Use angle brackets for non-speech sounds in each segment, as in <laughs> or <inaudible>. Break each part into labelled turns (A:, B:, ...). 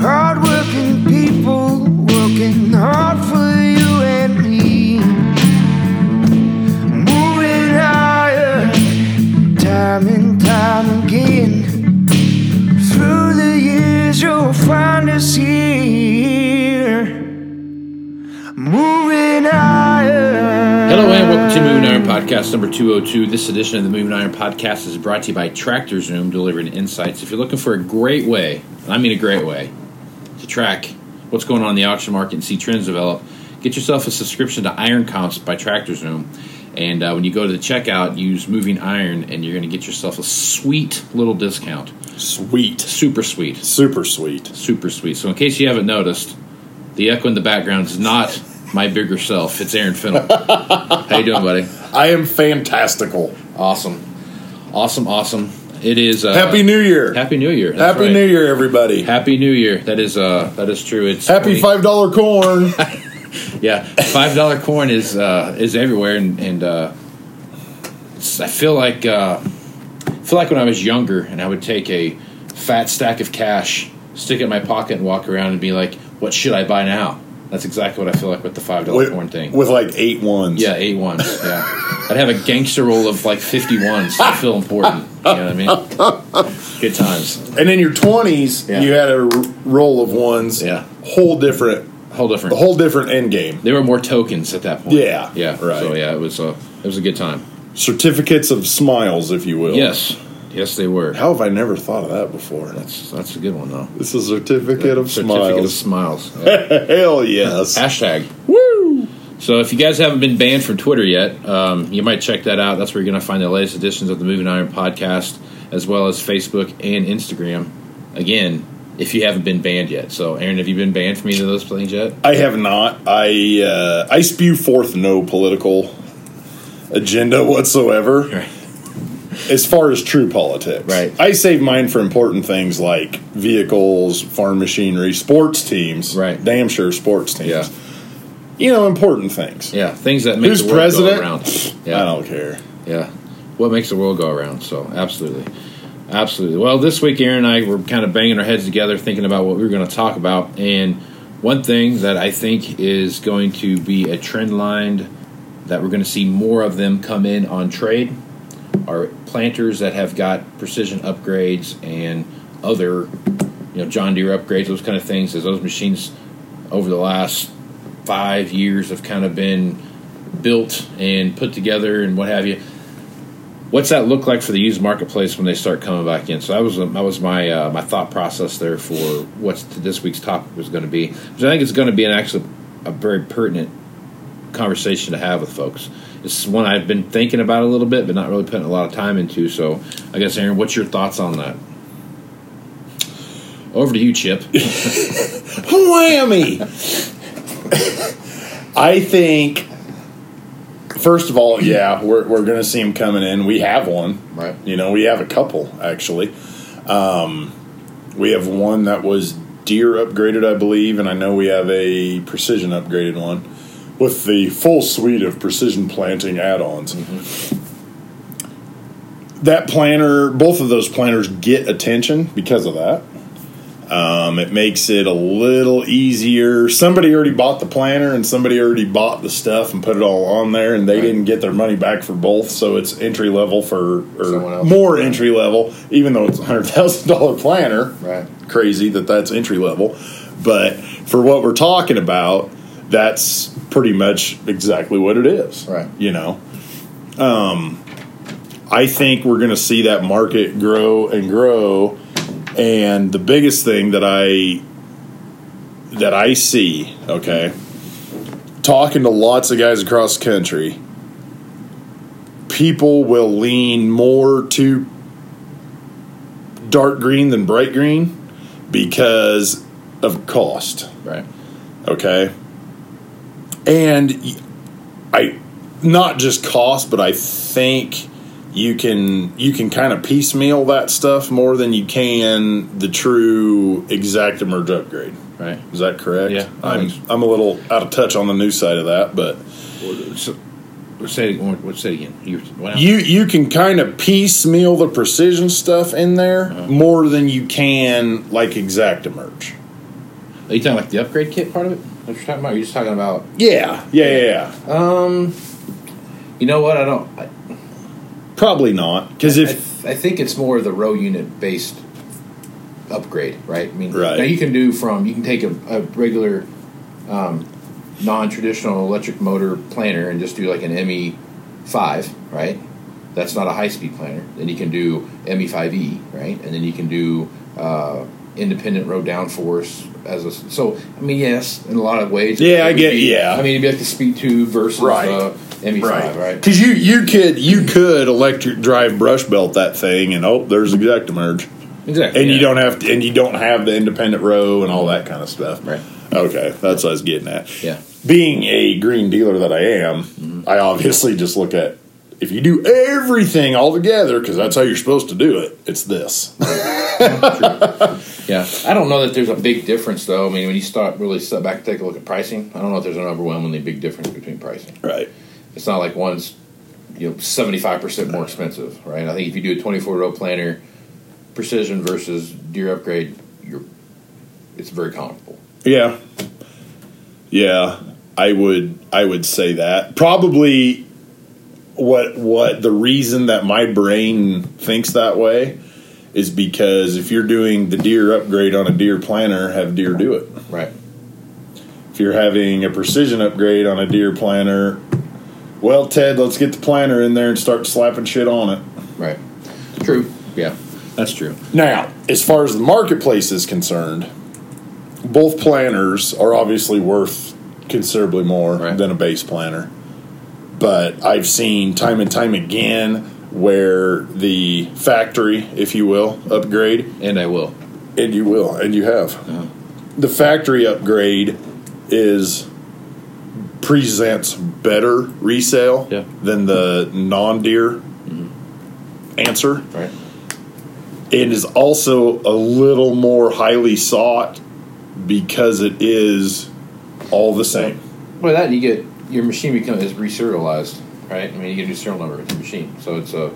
A: Hardworking people working hard for you and me. Moving higher, time and time again. Through the years, you'll find us here. Moving higher.
B: Hello and welcome to Moving Iron Podcast number 202. This edition of the Moving Iron Podcast is brought to you by Tractor Zoom, delivering insights. If you're looking for a great way, and I mean a great way, to track what's going on in the auction market and see trends develop, get yourself a subscription to Iron Comps by Tractor Zoom. And uh, when you go to the checkout, use Moving Iron, and you're going to get yourself a sweet little discount.
C: Sweet.
B: Super sweet.
C: Super sweet.
B: super sweet. So in case you haven't noticed, the echo in the background is not my bigger self. It's Aaron Fennell. How you doing, buddy?
C: I am fantastical.
B: Awesome, awesome, awesome. It is uh,
C: Happy New Year.
B: Happy New Year. That's
C: Happy
B: right.
C: New Year, everybody.
B: Happy New Year. That is uh that is true. It's 20
C: Happy five dollar
B: <laughs>
C: corn.
B: Yeah, five dollar corn is uh, is everywhere, and, and uh, it's, I feel like uh, I feel like when I was younger, and I would take a fat stack of cash, stick it in my pocket, and walk around and be like, "What should I buy now?" That's exactly what I feel like with the five dollar corn
C: with,
B: thing.
C: with like eight ones.
B: yeah, eight ones. Yeah, I'd have a gangster roll of like fifty ones. I feel important. You know what I mean? Good times.
C: And in your twenties,
B: Yeah.
C: you had a r- roll of ones.
B: Yeah.
C: Whole different.
B: Whole different.
C: A whole different end game.
B: there were more tokens at that point.
C: Yeah,
B: yeah,
C: right.
B: So yeah, it was a it was a good time.
C: Certificates of smiles, if you will.
B: Yes, yes, they were.
C: How have I never thought of that before?
B: That's that's a good one though.
C: It's a certificate of
B: Certificate
C: smiles.
B: of
C: <laughs>
B: smiles. Yeah.
C: Hell yes.
B: Hashtag. Woo! So if you guys haven't been banned from Twitter yet, um, you might check that out. That's where you're going to find the latest editions of the Moving Iron podcast, as well as Facebook and Instagram. Again, if you haven't been banned yet. So, Aaron, have you been banned from either of those things yet?
C: I have not. I uh, I spew forth no political agenda whatsoever.
B: Right.
C: As far as true politics,
B: Right.
C: I save mine for important things like vehicles, farm machinery, sports teams.
B: Right.
C: Damn sure sports teams.
B: Yeah.
C: You know, important things.
B: Yeah, things that make
C: Who's
B: the world
C: president?
B: go around. Yeah.
C: I don't care.
B: Yeah. What makes the world go around? So, absolutely. Absolutely. Well, this week, Aaron and I were kind of banging our heads together thinking about what we were going to talk about. And one thing that I think is going to be a trend line that we're going to see more of them come in on trade are planters that have got precision upgrades and other, you know, John Deere upgrades, those kind of things, as those machines over the last five years have kind of been built and put together and what have you. What's that look like for the used marketplace when they start coming back in? So that was that was my uh, my thought process there for what this week's topic was going to be. Because I think it's going to be an actually a very pertinent conversation to have with folks. It's one I've been thinking about a little bit, but not really putting a lot of time into. So I guess Aaron, what's your thoughts on that? Over to you, Chip.
C: Whammy! <laughs> I think, first of all, yeah, we're, we're going to see them coming in. We have one.
B: Right.
C: You know, we have a couple, actually. Um, we have one that was deer upgraded, I believe, and I know we have a precision upgraded one with the full suite of precision planting add ons. That planter, both of those planters get attention because of that. Um, it makes it a little easier. Somebody already bought the planner and somebody already bought the stuff and put it all on there, and they didn't get their money back for both. So it's entry level for
B: Someone
C: or
B: else.
C: more entry level, even though it's a hundred thousand dollar planner.
B: Right.
C: Crazy that that's entry level, but for what we're talking about, that's pretty much exactly what it is.
B: Right.
C: You know. Um, I think we're going to see that market grow and grow. And the biggest thing that I that I see, okay, talking to lots of guys across the country, people will lean more to dark green than bright green because of cost,
B: Right.
C: okay? And y- I not just cost, but I think you can you can kind of piecemeal that stuff more than you can the true exact merge upgrade.
B: Right.
C: Is that correct?
B: Yeah.
C: I'm I'm a little out of touch on the new side of that, but
B: So, Say it, what, say it again. You, what
C: You you can kind of piecemeal the precision stuff in there
B: Uh-huh.
C: more than you can like Exactamerge.
B: Are you talking like the upgrade kit part of it? What you're talking about? You're just talking about.
C: Yeah, yeah, yeah. yeah.
B: Um, you know what? I don't. I,
C: Probably not because
B: I,
C: if
B: th- I think it's more of the row unit based upgrade, right? I mean,
C: Right.
B: now you can do from you can take a, a regular um, non traditional electric motor planer and just do like an ME five, right? That's not a high speed planer. Then you can do ME five E, right? And then you can do uh, independent row downforce as a so. I mean, yes, in a lot of ways.
C: Yeah, I
B: It would
C: get-
B: be-
C: yeah.
B: I mean, it'd be like the speed tube versus
C: Right.
B: uh, ME five, right?
C: Because you you could you could electric drive brush belt that thing and oh there's Exactamerge
B: Exactly.
C: and you
B: yeah.
C: don't have to, and you don't have the independent row and all that kind of stuff.
B: Right.
C: Okay, that's what I was getting at.
B: Yeah. Mm-hmm.
C: Being a green dealer that I am, I obviously just look at if you do everything all together because that's how you're supposed to do it.
B: <laughs>
C: It's this.
B: Yeah, I don't know that there's a big difference though. I mean, when you start really step back, and take a look at pricing. I don't know if there's an overwhelmingly big difference between pricing.
C: right.
B: It's not like one's you know seventy five percent more expensive, right? I think if you do a twenty four row planner, precision versus deer upgrade, you're it's very comparable.
C: Yeah. Yeah, I would I would say that. Probably what what the reason that my brain thinks that way is because if you're doing the deer upgrade on a deer planner, have deer do it.
B: Right.
C: If you're having a precision upgrade on a deer planner, well Ted, let's get the planner in there and start slapping shit on it.
B: Right. True. Yeah. That's true.
C: Now, as far as the marketplace is concerned, both planners are obviously worth considerably more
B: Right.
C: than a base planner. But I've seen time and time again where the factory, if you will, upgrade,
B: And I will.
C: and you will, and you have.
B: Yeah.
C: The factory upgrade is presents better resale
B: Yeah.
C: than the non-deer
B: Mm-hmm.
C: answer
B: Right.
C: it is also a little more highly sought because it is all the same.
B: Well, that you get your machine become is reserialized, right? I mean, you get a new serial number with the machine, so it's a.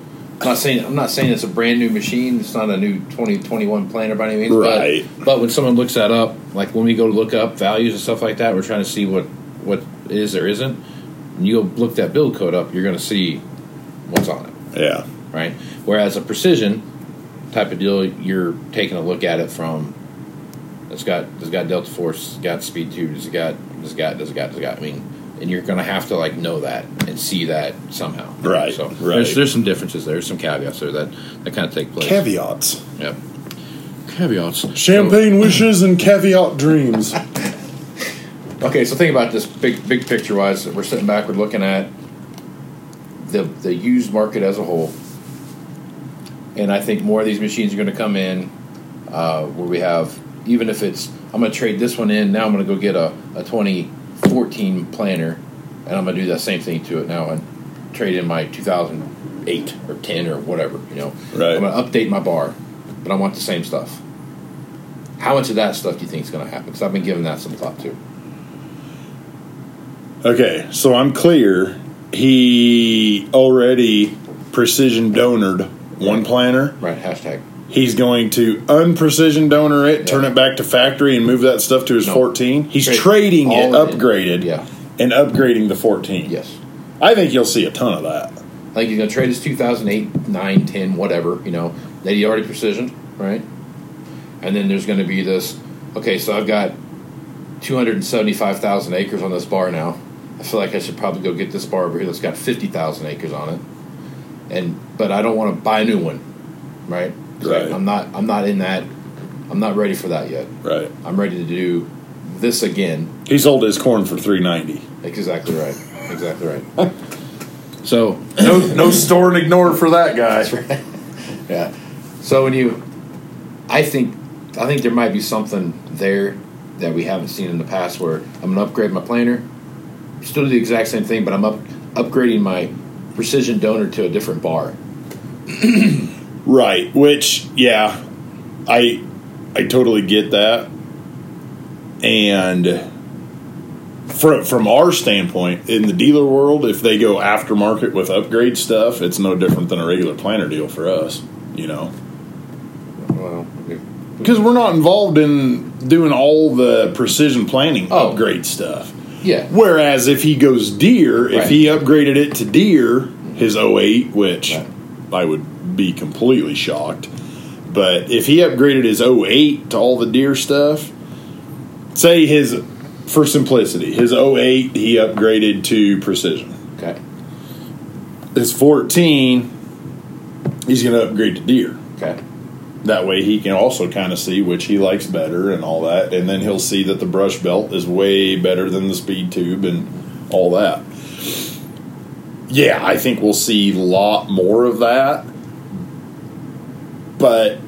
B: I'm not saying I'm not saying it's a brand new machine. It's not a new 2021 planner by any means. but-
C: Right.
B: But, when someone looks that up, like when we go to look up values and stuff like that, we're trying to see what what is or isn't. And you go look that build code up, you're going to see what's on it
C: Yeah.
B: right? Whereas a precision type of deal, you're taking a look at it from it's got it's got delta force, it's got speed tube, it's got it's got it's got it's got. I mean, and you're gonna have to like know that and see that somehow,
C: Right,
B: So
C: right.
B: there's there's some differences there, there's some caveats there that that kind of take place.
C: Caveats.
B: yep. Caveats.
C: Champagne wishes and caveat dreams.
B: Okay, so think about this big big picture wise that we're sitting back, we're looking at the the used market as a whole. And I think more of these machines are going to come in uh, where we have even if it's I'm going to trade this one in now I'm going to go get a, a 2014 planner and I'm going to do that same thing to it now and trade in my 2008 or 10 or whatever you know
C: Right.
B: I'm going to update my bar but I want the same stuff. How much of that stuff do you think is going to happen? Because I've been giving that some thought too.
C: Okay, so I'm clear. He already precision donored one planner.
B: Right, hashtag.
C: He's going to unprecision donor it, turn
B: Yeah.
C: it back to factory, and move that stuff to his
B: No.
C: 14. He's
B: Trade-
C: trading it,
B: all of it.
C: upgraded,
B: Yeah.
C: and upgrading the 14.
B: Yes.
C: I think you'll see a ton of that.
B: Like he's going to trade his 2008, 9, 10, whatever, you know, that he already precisioned, right? And then there's going to be this okay, so I've got 275,000 acres on this bar now. I feel like I should probably go get this bar over here that's got 50,000 acres on it. And but I don't want to buy a new one, right? 'Cause
C: Right.
B: I'm not I'm not in that I'm not ready for that yet.
C: Right.
B: I'm ready to do this again
C: He sold his corn for three ninety.
B: Exactly right. Exactly
C: <laughs>
B: right. so
C: No, no store and ignore for that guy.
B: <laughs> yeah. So when you, I think, I think there might be something there that we haven't seen in the past where I'm gonna upgrade my planer, still do the exact same thing, but I'm up upgrading my precision donor to a different bar.
C: Right. Which, yeah, I I totally get that, and from from our standpoint in the dealer world, if they go aftermarket with upgrade stuff, it's no different than a regular planter deal for us, you know,
B: Well,
C: because we're not involved in doing all the precision planning
B: Oh.
C: upgrade stuff.
B: yeah.
C: Whereas if he goes deer,
B: Right.
C: if he upgraded it to deer, his 08, which
B: Right.
C: I would be completely shocked. But if he upgraded his 08 to all the deer stuff, say his, for simplicity, his 08 he upgraded to precision.
B: Okay.
C: His 14, he's going to upgrade to deer.
B: Okay.
C: That way he can also kind of see which he likes better and all that. And then he'll see that the brush belt is way better than the speed tube and all that. Yeah, I think we'll see a lot more of that. But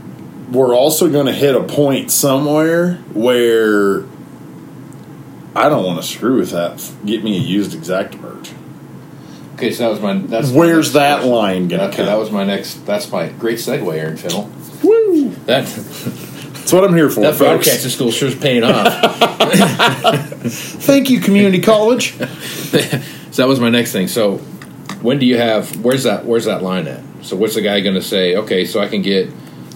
C: we're also going to hit a point somewhere where I don't want to screw with that. Get me a used Exactamerge.
B: Okay. So that was my. That's my
C: Where's
B: next
C: that
B: question.
C: line going to
B: Okay,
C: come?
B: that was my next. That's my great segue, Aaron Fiddle.
C: Woo!
B: That
C: That's what I'm here for,
B: that
C: folks.
B: broadcasting school sure's paying off.
C: <laughs> Thank you, community college.
B: <laughs> so that was my next thing. So when do you have? Where's that? Where's that line at? So what's the guy going to say? Okay, so I can get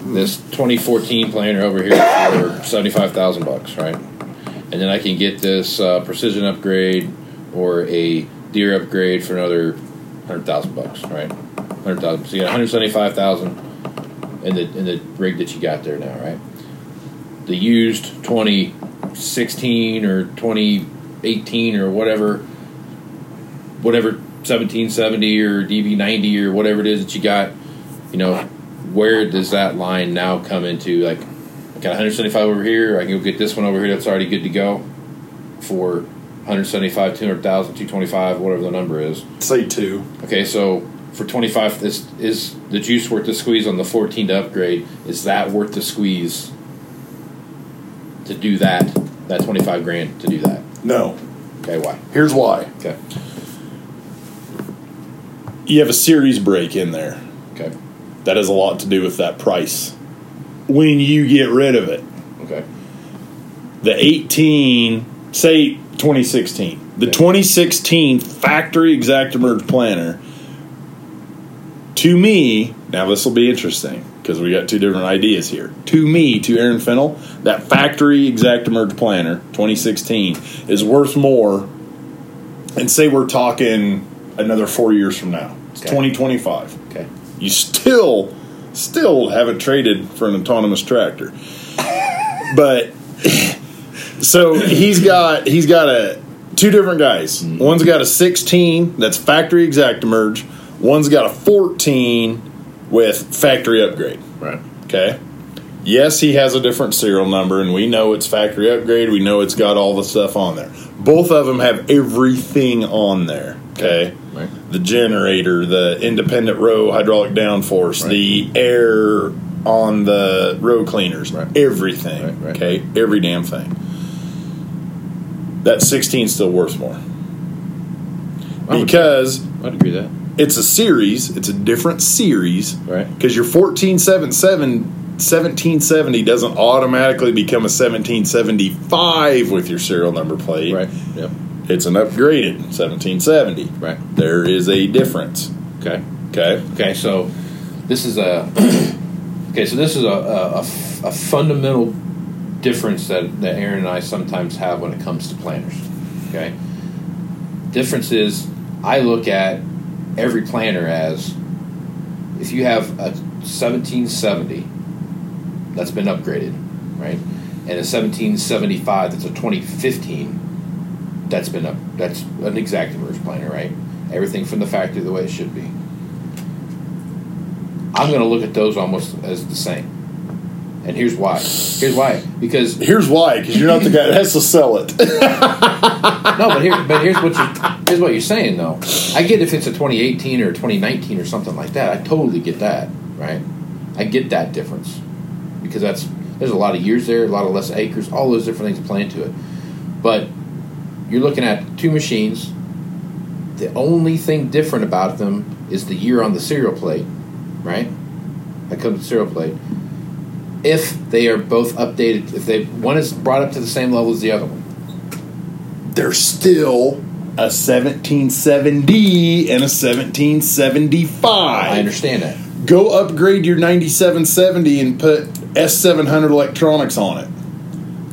B: this 2014 planner over here for seventy five thousand bucks, right? And then I can get this uh, precision upgrade or a deer upgrade for another hundred thousand bucks, right? Hundred thousand. So you got one hundred seventy five thousand in the in the rig that you got there now, right? The used twenty sixteen or twenty eighteen or whatever whatever 1770 or DB90 or whatever it is that you got, you know, where does that line now come into? Like, I got 175 over here. I can go get this one over here that's already good to go for 175, 200,000, 225, whatever the number is.
C: Say two.
B: Okay, so for 25, this is the juice worth the squeeze on the 14 to upgrade? Is that worth the squeeze to do that? That 25 grand to do that?
C: No.
B: Okay, why?
C: Here's why.
B: Okay,
C: You have a series break in there.
B: okay,
C: That has a lot to do with that price. When you get rid of it,
B: okay,
C: the 18, say 2016, the
B: Yeah.
C: 2016 factory Exactamerge planner, to me, now this will be interesting because we got two different ideas here. To me, to Aaron Fennel, that factory Exactamerge planner 2016 is worth more. And say we're talking another four years from now, it's
B: Okay.
C: 2025
B: okay.
C: you still still haven't traded for an autonomous tractor but so he's got he's got a two different guys one's got a 16 that's factory exactamerge one's got a 14 with factory upgrade
B: Right.
C: okay yes he has a different serial number and we know it's factory upgrade we know it's got all the stuff on there both of them have everything on there okay
B: Right.
C: the generator, the independent row hydraulic downforce,
B: Right.
C: the air on the row cleaners,
B: Right.
C: everything.
B: Right, right.
C: Okay, every damn thing. That 16 still worth more
B: I would-
C: because
B: I'd agree with that.
C: it's a series. It's a different series.
B: Right.
C: Because your 1477 1770 doesn't automatically become a 1775 with your serial number plate.
B: Right. Yep.
C: It's an upgraded 1770.
B: Right.
C: There is a difference.
B: Okay.
C: Okay.
B: Okay. So this is a <clears throat> okay. So this is a, a, a f- a fundamental difference that that Aaron and I sometimes have when it comes to planners. Okay. Difference is I look at every planner as if you have a 1770 that's been upgraded, right, and a 1775 that's a 2015 that's been up that's an exactimerge planner, right? Everything from the factory the way it should be. I'm going to look at those almost as the same. And here's why. Here's why. Because no,
C: Here's why, because you're not the guy that has to sell it. <laughs>
B: but here, but here's what you here's what you're saying though. I get if it's a 2018 or 2019 or something like that. I totally get that, right? I get that difference because that's there's a lot of years there, a lot of less acres, all those different things play into it. But you're looking at two machines. The only thing different about them is the year on the serial plate, right? That comes with serial plate. If they are both updated, if they one is brought up to the same level as the other one,
C: there's still a 1770 and a 1775
D: I understand that.
C: go upgrade your 9770 and put S700 electronics on it.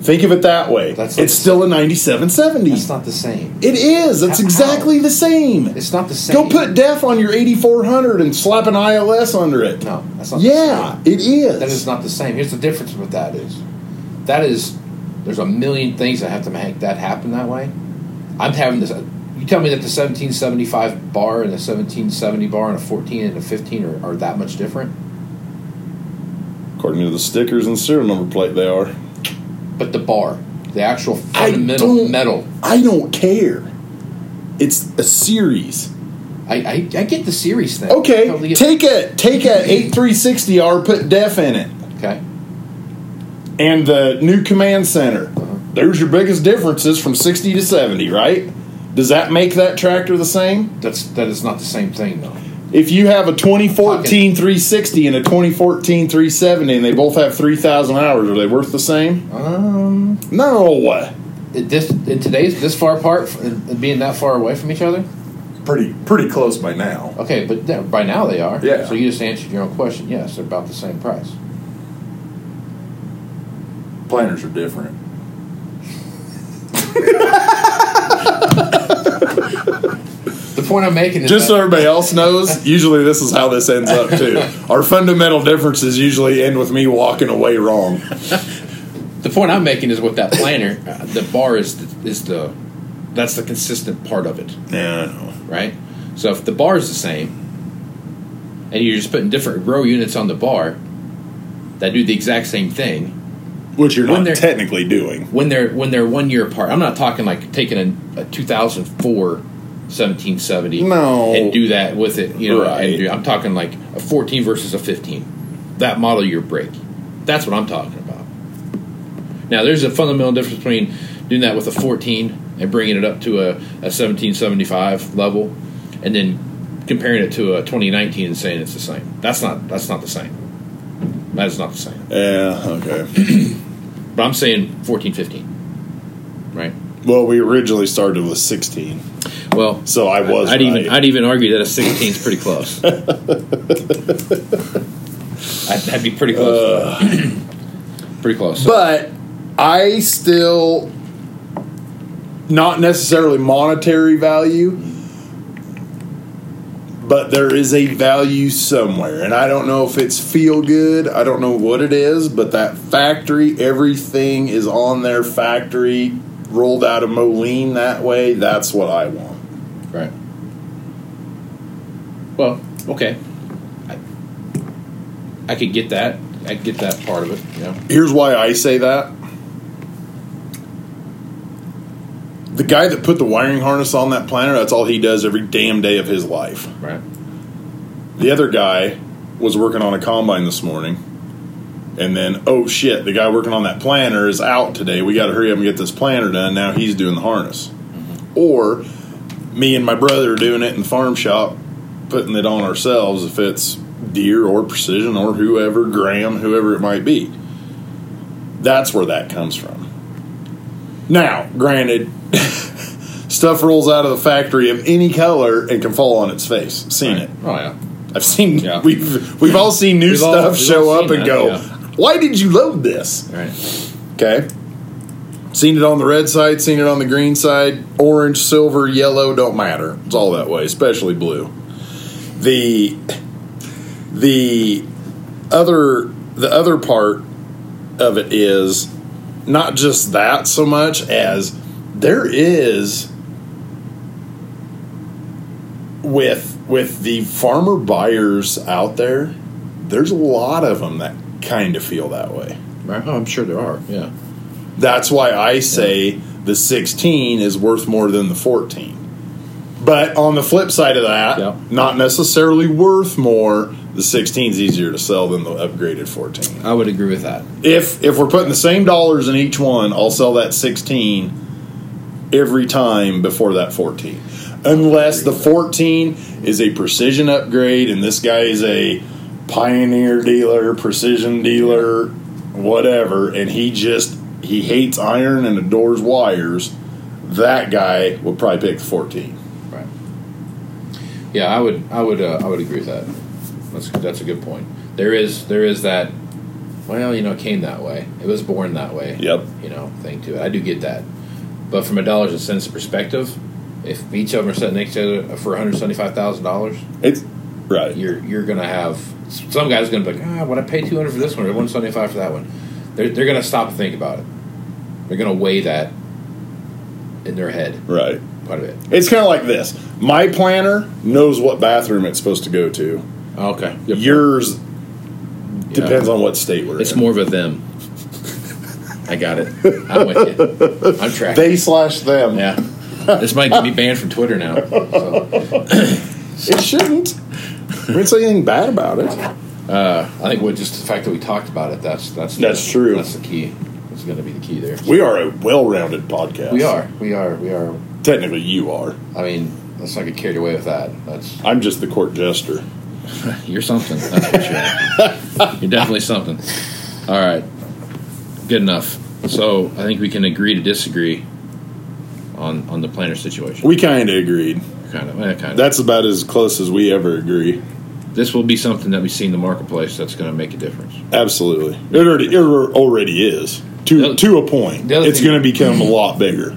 C: Think of it that way.
D: That's
C: it's
D: not-
C: still a 9770.
D: That's not the same.
C: it is. It's
D: How-
C: exactly the same.
D: It's not the same.
C: Go put DEF on your 8400 and slap an ILS under it.
D: No, that's not. The
C: Yeah,
D: same.
C: it is.
D: That is not the same. Here's the difference with that is, that is, there's a million things that have to make that happen that way. I'm having this. uh, You tell me that the 1775 bar and the 1770 bar and a 14 and a 15 are, are that much different,
C: According to the stickers and serial number plate, they are.
D: but the bar, the actual
C: I
D: fundamental
C: don't-
D: metal.
C: I don't care. It's a series.
D: I, I I get the series thing.
C: Okay,
D: Totally get-
C: take a take a <laughs> 8360R, put DEF in it.
D: okay.
C: and the new command center. There's your biggest differences from 60 to 70, right? Does that make that tractor the same?
D: That's that is not the same thing though.
C: If you have a 2014 360 and a 2014 370 and they both have 3,000 hours, are they worth the same?
D: Um.
C: No.
D: It- this in today's this far apart and being that far away from each other.
C: Pretty pretty close by now.
D: Okay, but th- by now they are.
C: Yeah.
D: So you just answered your own question. Yes, they're about the same price.
C: Planners are different.
D: The point I'm
B: <laughs>
D: making is
C: Just so
D: that,
C: everybody else knows, usually this is how this ends
B: <laughs>
C: up too. Our fundamental differences usually end with me walking away wrong.
B: The point I'm making is with that planner, uh, the bar is the, is the that's the consistent part of it,
C: Yeah, I know.
B: right? So if the bar is the same, and you're just putting different row units on the bar that do the exact same thing,
C: Which you're
B: When
C: not
B: they're-
C: technically doing.
B: when they're when they're one year apart. I'm not talking like taking a, a 2004 1770
C: No.
B: and do that with it. You know,
C: Right.
B: and do, I'm talking like a 14 versus a 15. That model year break. That's what I'm talking about. Now, there's a fundamental difference between doing that with a 14 and bringing it up to a, a 1775 level, and then comparing it to a 2019 and saying it's the same. That's not that's not the same. That is not the same.
C: Yeah, okay.
B: But I'm saying 14, 15. Right.
C: Well, we originally started with 16,
B: Well,
C: so I was.
B: I'd even
C: right.
B: I'd even argue that a 16 is pretty
C: <laughs>
B: close. I'd, that'd be pretty close. <clears throat> pretty close.
C: but I still not necessarily monetary value, but there is a value somewhere, and I don't know if it's feel good. I don't know what it is, but that factory, everything is on their factory rolled out of Moline that way. That's what I want.
B: right. Well, okay. I, I could get that. I could get that part of it. You know.
C: Here's why I say that. The guy that put the wiring harness on that planter, that's all he does every damn day of his life.
B: Right.
C: The other guy was working on a combine this morning. And then, oh shit, the guy working on that planter is out today. We got to hurry up and get this planter done. Now he's doing the harness. Or me and my brother are doing it in the farm shop, putting it on ourselves if it's deer or precision or whoever, Graham, whoever it might be. That's where that comes from. Now, granted, <laughs> stuff rolls out of the factory of any color and can fall on its face. Seen it.
B: Oh yeah.
C: I've seen
B: Yeah.
C: we've we've all seen new
B: We've all-
C: stuff
B: we've
C: show
B: all
C: up
B: seen
C: and
B: that,
C: go,
B: yeah.
C: "Why did you load this?"
B: Right.
C: Okay. Seen it on the red side, seen it on the green side, orange, silver, yellow, don't matter. It's all that way, especially blue. The the other the other part of it is not just that so much as there is with with the farmer buyers out there, there's a lot of them that kind of feel that way.
B: Right. Oh, I'm sure there are. Yeah.
C: That's why I say the 16 is worth more than the 14. But on the flip side of that,
B: Yeah.
C: not necessarily worth more. The 16 is easier to sell than the upgraded 14.
B: I would agree with that.
C: If if we're putting the same dollars in each one, I'll sell that 16 every time before that 14. Unless the 14 is a precision upgrade and this guy is a pioneer dealer, precision dealer, whatever, and he just he hates iron and adores wires,
E: that guy would probably pick 14.
B: Right. Yeah, I would, I would, uh, I would agree with that. That's that's a good point. There is there is that. Well, you know, it came that way. It was born that way.
E: Yep.
B: You know, thing to it. I do get that, but from a dollars and cents perspective, if each of them are sitting next to each other for one hundred seventy five thousand dollars,
E: It's right.
B: you're you're gonna have some guys gonna be like, ah, would I pay two hundred for this one or one seventy five for that one? They're they're gonna stop and think about it. They're gonna weigh that in their head
E: Right.
B: quite a bit.
E: It's kind of like this. My planner knows what bathroom it's supposed to go to.
F: Okay.
E: Yours depends on what state we're
F: It's
E: in.
F: more of a them. I got it.
B: I'm with you. I'm tracking.
E: they slash them.
F: Yeah. This might get me banned from Twitter now. So,
E: It shouldn't. We didn't say anything bad about it.
B: I think with just the fact that we talked about it, that's that's
E: That's true.
B: That's the key. That's going to be the key there.
E: We are a well-rounded podcast.
B: We are, we are, we are.
E: Technically, you are.
B: I mean, let's not get carried away with that.
E: <laughs>
B: That's
E: I'm just the court jester.
F: you're something. That's for sure.
B: <laughs>
F: You're definitely something. All right. Good enough. So I think we can agree to disagree on on the planner situation.
E: We kind of agreed.
F: Kind of. eh, kind of.
E: That's about as close as we ever agree.
F: this will be something that we see in the marketplace that's going to make a difference.
E: Absolutely. It already, it already is. To,
F: The-
E: to a point.
B: the other
E: It's
B: thing-
E: going to become a lot bigger.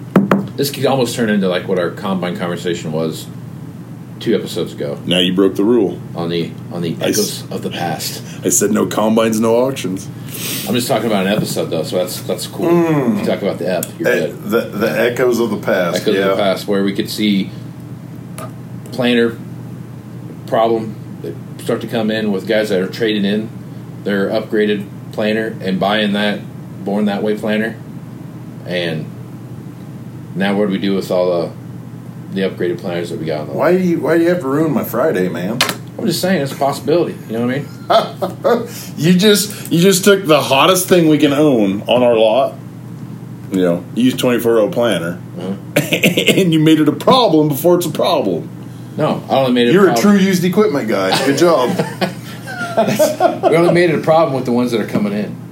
F: This could almost turn into like what our combine conversation was two episodes ago
E: Now you broke the rule.
F: on the on the
E: I s-
F: echoes of the past.
E: I said no combines, no auctions.
B: I'm just talking about an episode though, so that's that's cool. You talk about the ep, you're
C: Eh,
B: good.
E: the, the echoes of the past.
B: Echoes of the past, where we could see planner problem that start to come in with guys that are trading in their upgraded planner and buying that born that way planner, and now what do we do with all the the upgraded planners that we got? On the
C: Why do you Why do you have to ruin my Friday, man?
B: I'm just saying, it's a possibility. You know what I mean?
E: You just you just took the hottest thing we can own on our lot. You know, you use twenty
C: oh
E: four O planner,
C: <laughs>
E: and you made it a problem before it's a problem.
B: No, I only made it.
C: You're
B: a
C: a
B: problem.
C: true used equipment guy. Good job.
B: We only made it a problem with the ones that are coming in.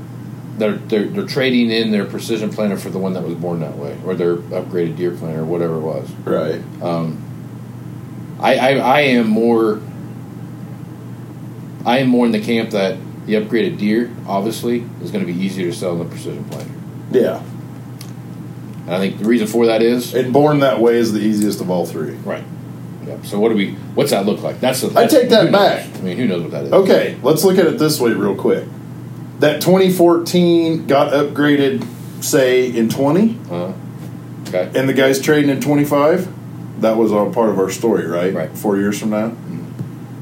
B: They're, they're they're trading in their precision planner for the one that was born that way, or their upgraded deer planner, or whatever it was.
C: right.
B: I, I, I am more I am more in the camp that the upgraded deer obviously is going to be easier to sell than the precision planter.
C: Yeah.
B: And I think the reason for that is
C: And born that way is the easiest of all three.
B: right. Yep. So what do we? What's that look like? That's the.
C: I take that
B: who knows?
C: back.
B: I mean, who knows what that is?
C: Okay, let's look at it this way real quick. That 2014 got upgraded, say in 20,
B: Uh, okay.
C: and the guy's trading in 25. That was all part of our story, right?
B: Right.
C: Four years from now,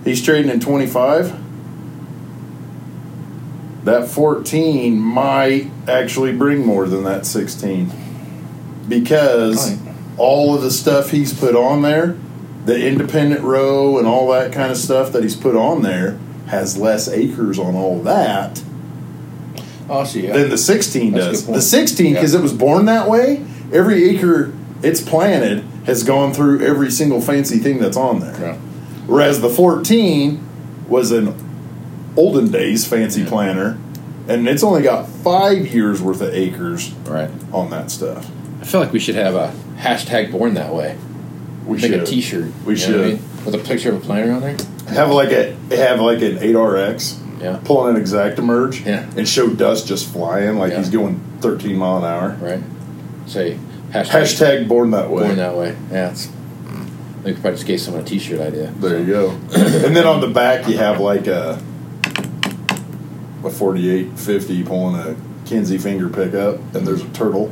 C: he's trading in 25. That 14 might actually bring more than that 16 because
B: Right.
C: all of the stuff he's put on there, the independent row and all that kind of stuff that he's put on there has less acres on all that
B: Oh, I see. Yeah.
C: than the 16
B: That's a
C: does.
B: good point.
C: The 16, because
B: Yeah.
C: it was born that way, every acre it's planted has gone through every single fancy thing that's on there.
B: Yeah.
C: Whereas the 14 was an olden days fancy planter, and it's only got five years worth of acres
F: All right.
C: on that stuff.
B: I feel like we should have a hashtag born that way.
C: We
B: Make
C: should
B: a T-shirt.
C: We
B: you know what I
C: should.
B: mean? with a picture of a planter on there.
C: have like a have like an 8RX.
B: Yeah.
C: Pulling an exact emerge
B: Yeah.
C: and show dust just flying like
B: Yeah.
C: he's going 13 mile an hour.
B: Right. Say hashtag,
C: Hashtag born that way.
B: born that way. Yeah. It's, I think we probably just gave someone a T-shirt idea.
C: There you go. and then on the back, you have like a a forty-eight fifty pulling a Kinsey finger pickup, and there's a turtle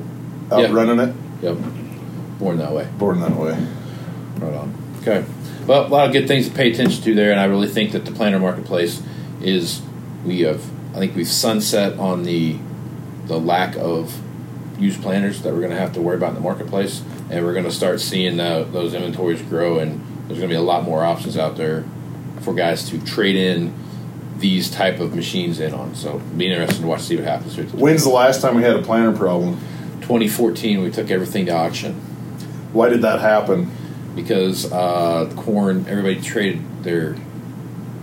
C: out
B: Yeah.
C: running it,
B: Yep. Born that way.
C: born that way.
B: Right on. Okay. Well, a lot of good things to pay attention to there, and I really think that the planner marketplace is we have. I think we've sunset on the the lack of used planners that we're going to have to worry about in the marketplace, and we're going to start seeing tho- those inventories grow, and there's going to be a lot more options out there for guys to trade in these type of machines in on. So, it'll be interesting to watch see what happens. here.
C: When's the last time we had a planter problem?
B: 2014? We took everything to auction.
C: Why did that happen?
B: because uh, corn everybody traded their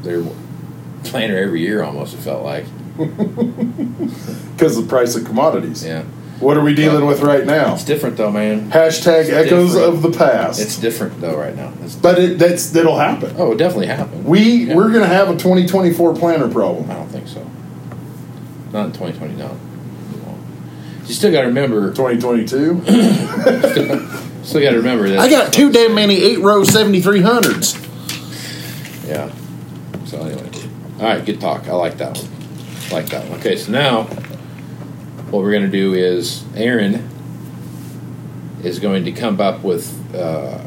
B: their planter every year almost it felt like
C: Because the price of commodities.
B: yeah
G: What are we dealing with right now?
D: It's different though, man.
G: Hashtag echoes
D: different.
G: of the past.
D: It's different though right now. It's,
G: but it, that's that'll happen.
D: oh, it definitely happened.
G: We
D: Yeah.
G: we're gonna have a 2024 planner problem.
D: I don't think so. Not in 2020, no. It won't. You still got to remember. <laughs>
G: 2022.
D: Still got to remember that.
C: I got too damn many eight row seventy three hundreds.
D: Yeah. So anyway, all right, good talk. I like that one. I like that one. Okay, so now what we're going to do is Aaron is going to come up with uh,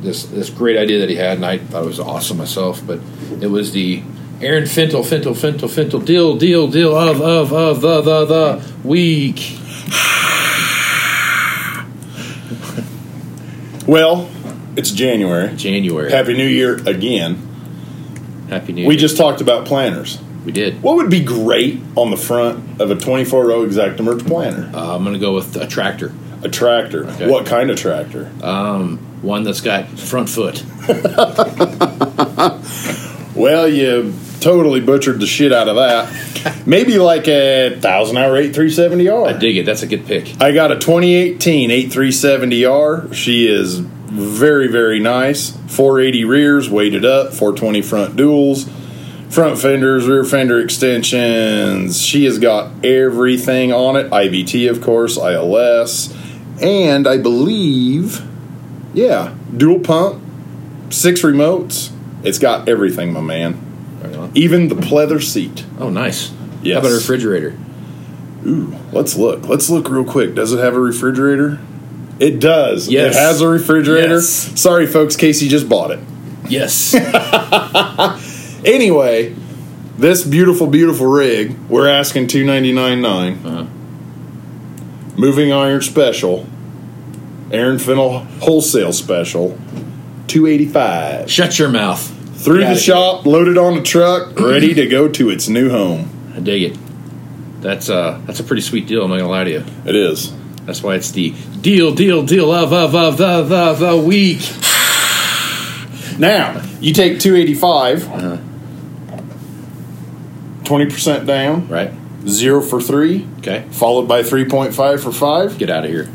D: this this great idea that he had, and I thought it was awesome myself. But it was the Aaron Fintel, Fintel, Fintel, Fintel, deal, deal, deal of of of the the the week.
C: Well, it's January.
B: January.
C: Happy New Year again.
B: Happy New Year.
C: We just talked about planners.
B: we did.
C: What would be great on the front of a 24 row Exactamerch planner?
B: Uh, I'm gonna go with a tractor.
C: A tractor.
B: Okay. Uh,
C: What kind of tractor?
B: One that's got front foot.
C: Well, you totally butchered the shit out
B: <laughs>
C: of that. Maybe like a thousand hour 8370R.
B: I dig it. That's a good pick.
C: I got a 2018 8370R. She is very, very nice. 480 rears, weighted up, 420 front duals, front fenders, rear fender extensions. She has got everything on it IVT, of course, ILS, and I believe, yeah, dual pump, six remotes. It's got everything, my man.
B: Right on.
C: Even the pleather seat.
B: Oh, nice.
C: Yes.
B: How about a refrigerator?
C: Ooh, let's look. Let's look real quick. Does it have a refrigerator? It does.
B: Yes.
C: It has a refrigerator.
B: Yes.
C: Sorry, folks. Casey just bought it.
B: <laughs> Yes.
C: Anyway, this beautiful, beautiful rig, we're asking two ninety nine nine.
B: Uh-huh.
C: Moving iron special, Aaron Fennel wholesale special, two eighty five.
B: Shut your mouth.
C: Through
D: Outta
C: the
D: here.
C: shop, loaded on a truck, ready to go to its new home.
B: I dig it. That's uh that's a pretty sweet deal. I'm not gonna lie to you.
C: It is.
B: That's why it's the deal, deal, deal of of of the the the week.
C: Now, you take 285,
B: Uh-huh.
C: 20% down,
B: Right.
C: zero for three,
B: Okay.
C: followed by 3.5 for five.
B: Get out of here.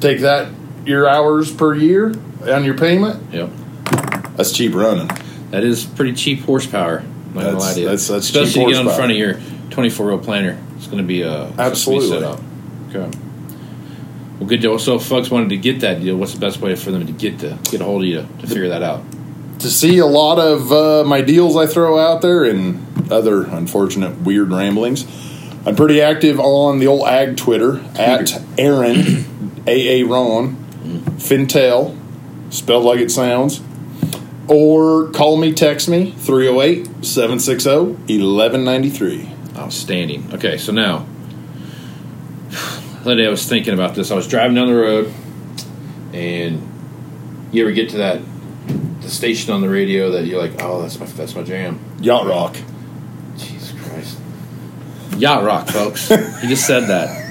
C: Take that, your hours per year on your payment.
B: Yep.
C: That's cheap running.
B: That is pretty cheap horsepower. I'm not gonna
C: That's-
B: lie to you.
C: that's- that's cheap
B: Especially you get on the
C: horsepower.
B: front of your 24 row planner. It's gonna be a
C: Absolutely.
B: Set up. Okay. Well, good deal. So, if folks wanted to get that deal, what's the best way for them to get to get a hold of you to figure that out?
C: To see a lot of uh, my deals I throw out there and other unfortunate weird ramblings, I'm pretty active on the old ag Twitter at <laughs> Aaron, AA Ron, Fintel, spelled like it sounds. Or call me, text me, 308 760 1193.
B: Outstanding. Okay, so now, <sighs> the other day I was thinking about this. I was driving down the road, and you ever get to that the station on the radio that you're like, oh, that's my that's my jam.
C: Yacht Rock.
D: Jesus Christ.
B: Yacht rock, folks. he just said that.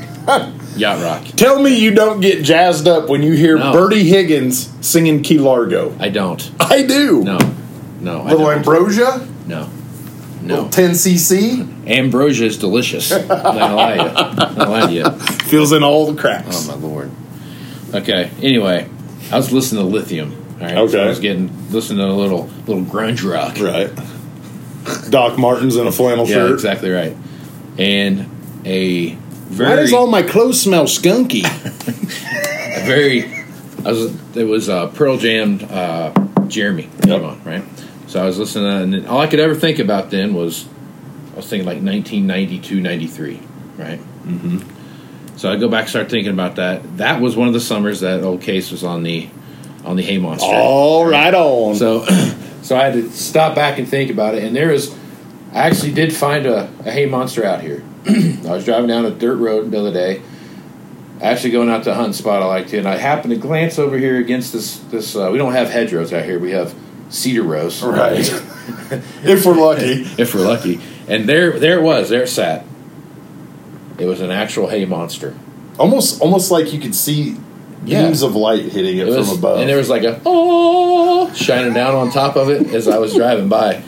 B: Yacht rock.
C: Tell me you don't get jazzed up when you hear
B: No.
C: Bertie Higgins singing Key Largo.
B: I don't.
C: I do.
B: No. No. I
C: Little
B: don't.
C: Ambrosia,
B: no.
C: little
B: No.
C: 10cc,
B: Ambrosia is delicious. I'm not gonna lie to you. I'm not gonna lie to you.
C: fills in all the cracks.
B: Oh my lord. Okay. Anyway, I was listening to Lithium. All right. So I
C: Okay.
B: was getting listening to a little little grunge rock.
C: Right. Doc Martens in a flannel
B: Yeah,
C: shirt.
B: exactly right. And a very,
C: Why does all my clothes smell skunky?
B: a very, I was, it was uh, Pearl Jam, uh, Jeremy came on, right? So I was listening to that, and then all I could ever think about then was, I was thinking like 1992, 93, right? Mm-hmm. So I go back, start thinking about that. That was one of the summers that old Case was on the, on the Hay Monster.
C: <laughs> all right on.
B: So,
D: So <clears throat> I had to stop back and think about it. And there is, I actually did find a, a hay monster out here. <clears throat> I was driving down a dirt road the other day, actually going out to a hunt spot I like to, and I happened to glance over here against this. This uh, we don't have hedgerows out here. We have cedar rows. <laughs>
G: Right.
B: <laughs>
C: if we're lucky.
B: if we're lucky, and there, there it was, there it sat. It was an actual hay monster.
G: almost almost like you could see
B: Yeah.
G: beams of light hitting it,
B: It was,
G: from above.
B: and there was like a oh shining down on top of it as I was driving
D: <clears throat>
B: by.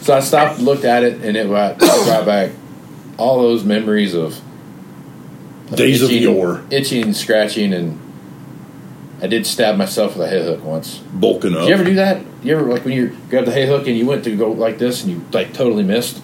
B: so I stopped, looked at it, and it brought, brought back all those memories of
C: Days of
D: itching-
C: yore,
D: itching, and scratching, and I did stab myself with a hay hook once.
C: bulking up.
D: Did you ever do that? You ever like when you grabbed the hay hook and you went to go like this and you like totally missed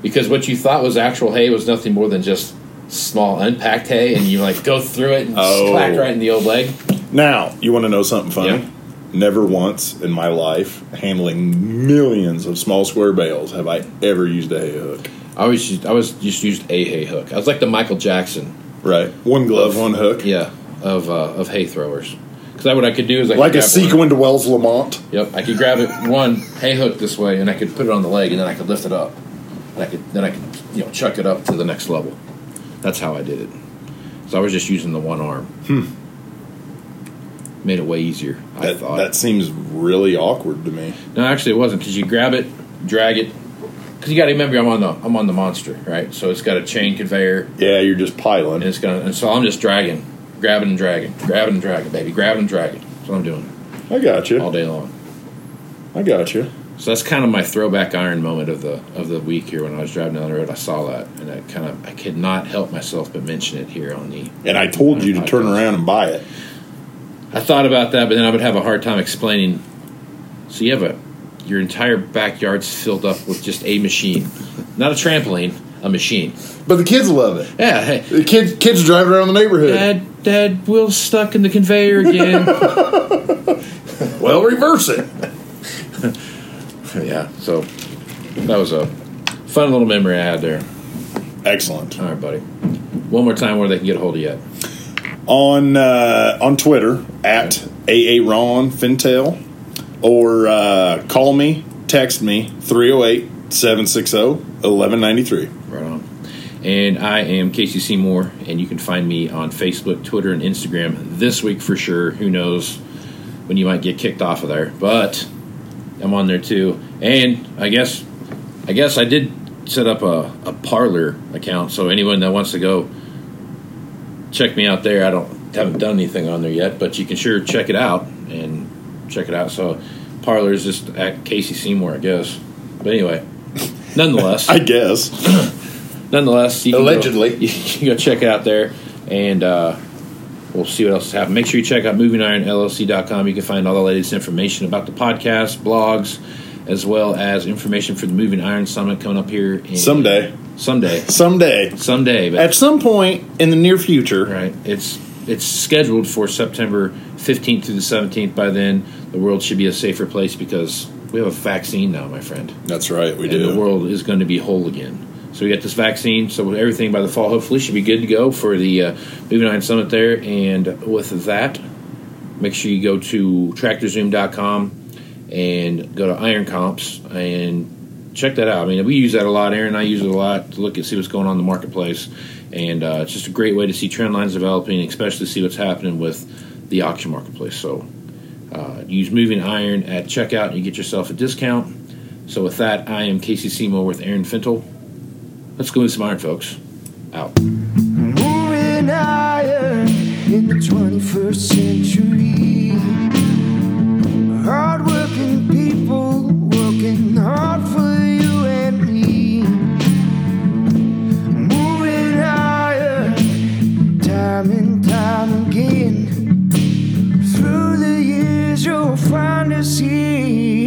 D: because what you thought was actual hay was nothing more than just small unpacked hay and you like go through it and
C: Oh.
D: clack right in the old leg.
C: Now, you want to know something funny?
D: Yeah.
C: Never once in my life, handling millions of small square bales, have I ever used a hay hook.
B: I always used, I was just used a hay hook. I was like the Michael Jackson,
C: Right, one glove, one hook.
B: yeah, of uh, of hay throwers. Because what I could do is I could
C: like a
B: grab one-
C: sequin to Wells Lamont.
B: Yep, I could grab it one hay hook this way, and I could put it on the leg, and then I could lift it up, and I could then I could you know chuck it up to the next level. That's how I did it. So I was just using the one arm. Hmm. Made it way easier. I
C: That,
B: thought.
C: that seems really awkward to me.
B: No, actually, it wasn't because you grab it, drag it. Because you got to remember, I'm on the I'm on the monster, right? So it's got a chain conveyor,
C: Yeah, you're just piling.
B: and it's gonna. And so I'm just dragging, grabbing and dragging, grabbing and dragging, baby, grabbing and dragging. That's what I'm doing
C: I got
B: all
C: you.
B: day long.
C: I got you.
B: So that's kind of my throwback iron moment of the of the week here when I was driving down the road. I saw that, and I kind of I could not help myself but mention it here on the.
C: And I told you to turn around and buy it.
B: I thought about that, but then I would have a hard time explaining. So you have a your entire backyard's filled up with just a machine, not a trampoline, a machine.
G: But the kids love it.
B: Yeah, hey,
G: The kids kids drive around the neighborhood.
B: Dad, Dad, Will's stuck in the conveyor again.
C: Well, reverse it.
B: yeah, so that was a fun little memory I had there.
C: Excellent.
B: All right, buddy. One more time where they can get a hold of you. At.
C: on uh, on Twitter at AA Ron Fintel or uh, call me, text me 308 760 1193.
B: Right on. And I am Casey Seymour, and you can find me on Facebook, Twitter, and Instagram this week for sure. Who knows when you might get kicked off of there, but I'm on there too. And I guess, I guess I did set up a, a parlor account, so anyone that wants to go check me out there, I don't haven't done anything on there yet, but you can sure check it out and check it out. So parlor is just at Casey Seymour, I guess. But anyway, nonetheless,
C: <laughs> I guess.
B: nonetheless, you can
G: Allegedly.
B: go, <laughs> you can go check it out there, and uh, we'll see what else is happening. Make sure you check out MovingIronLLC.com. You can find all the latest information about the podcast, blogs, as well as information for the Moving Iron Summit coming up here in,
C: Someday.
B: someday,
C: Someday.
B: someday. But
C: At some point in the near future,
B: right, it's it's scheduled for September fifteenth through the seventeenth. By then, the world should be a safer place because we have a vaccine now, my friend
C: that's right, we
B: and the
C: do.
B: world is going to be whole again. So we got this vaccine, so everything by the fall hopefully should be good to go for the uh, Moving Iron Summit there. And with that, make sure you go to tractorzoom.com and go to Iron Comps and check that out. I mean, we use that a lot. Aaron and I use it a lot to look at see what's going on in the marketplace, and uh, it's just a great way to see trend lines developing, especially see what's happening with the auction marketplace. So uh, use Moving Iron at checkout and you get yourself a discount. So with that, I am Casey Seymour with Aaron Fintel. Let's go with some iron, folks. Out.
A: Moving higher in the 21st century. Hardworking people working hard for you and me. Moving higher, time and time again. Through the years, you'll find us here.